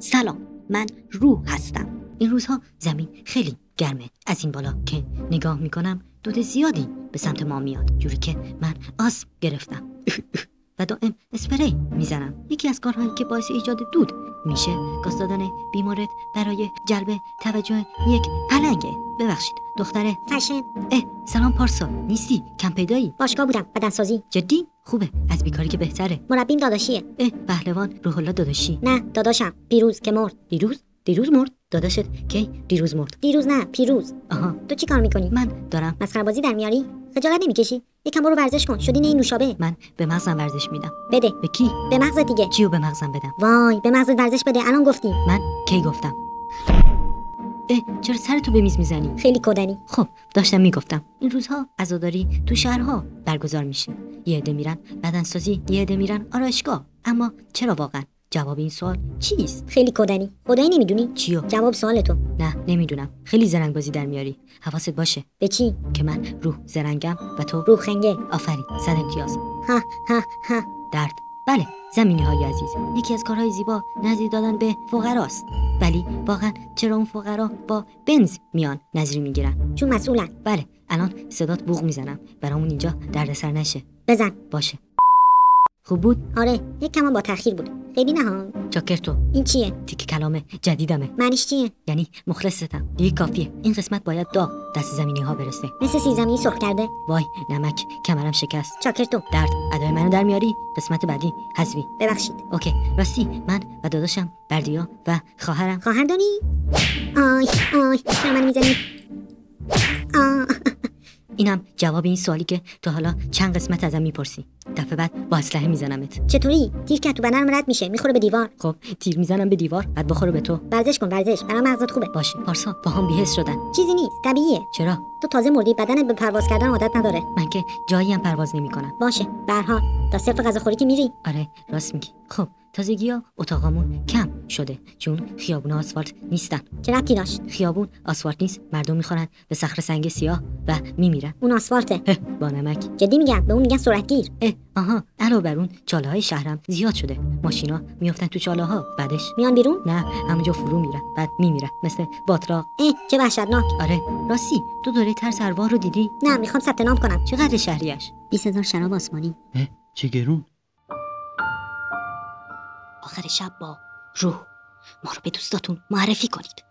سلام من روح هستم این روزها زمین خیلی گرمه از این بالا که نگاه میکنم دود زیادی به سمت ما میاد جوری که من آسم گرفتم و دائم اسپری میزنم یکی از کارهایی که باعث ایجاد دود میشه گاز دادن بیمارت برای جلب توجه یک پلنگه ببخشید دختره تشه اه سلام پارسا نیستی کم پیدایی باشگاه بودم بدنسازی جدی خوبه از بیکاری که بهتره مربیم داداشیه اه پهلوان روح الله داداشی نه داداشم پیروز که مرد دیروز دیروز مرد داداشت کی دیروز مرد دیروز نه پیروز آها تو چی کار میکنی من دارم مسخره بازی در میاری خجالت نمیکشی یکم برو ورزش کن شدی نه این نوشابه من به مغزم ورزش میدم بده به کی به مغز دیگه کیو به مغزم بدم وای به مغزت ورزش بده الان گفتی من کی گفتم اه چرا سرتو به میز میزنی خیلی کودنی خب داشتم میگفتم این روزها عزاداری تو شهرها برگزار میشه یه عده میرن بدنسازی یه عده میرن آرایشگاه اما چرا واقعا جواب این سوال چیست خیلی کودنی خدایی نمیدونی چیو جواب سوال تو نه نمیدونم خیلی زرنگ بازی در میاری حواست باشه به چی که من روح زرنگم و تو روح روح خنگه آفرین صد امتیاز ها ها ها درد بله زمینی های عزیز یکی از کارهای زیبا نظری دادن به فقراست ولی واقعا چرا اون فقرا با بنز میان نظری میگیرن چون مسئولن بله الان صدات بوغ میزنم برامون اینجا دردسر نشه بزن باشه خوب بود آره یک کم با تاخیر بود خیلی نه ها چاکر تو این چیه تیک کلام جدیدمه معنیش چیه یعنی مخلصتم دیگه کافیه این قسمت باید داغ دست زمینی ها برسه مثل سیزمینی سرخ کرده وای نمک کمرم شکست چاکر تو درد ادای منو در میاری قسمت بعدی حذفی ببخشید اوکی راستی من و داداشم بردیا و خواهرم خواهر داری آی آی چرا من میزنی آه اینم جواب این سوالی که تا حالا چند قسمت ازم میپرسی دفعه بعد با اسلحه میزنمت چطوری تیر که تو بدنم رد میشه میخوره به دیوار خب تیر میزنم به دیوار بعد بخوره به تو ورزش کن ورزش برای مغزت خوبه باشه پارسا با هم بیهس شدن چیزی نیست طبیعیه چرا تو تازه مردی بدنت به پرواز کردن عادت نداره من که جایی هم پرواز نمیکنم باشه به هر حال تا صرف غذاخوری که میری آره راست میگی خب تازگی ها اتاقامون کم شده چون خیابون آسفالت نیستن چه ربطی داشت خیابون آسفالت نیست مردم میخورن به صخره سنگ سیاه و میمیرن اون آسفالته هه، با نمک جدی میگم به اون میگن سرعتگیر اه آها علاوه بر اون چاله های شهرم زیاد شده ماشینا میافتن تو چاله ها بعدش میان بیرون نه همونجا فرو میرن بعد میمیرن مثل باتراق اه چه وحشتناک آره راستی تو دوره ترس ارواح رو دیدی نه میخوام ثبت نام کنم چقدر شهریش 20000 شراب آسمانی اه چه گرون آخر شب با روح ما رو به دوستاتون معرفی کنید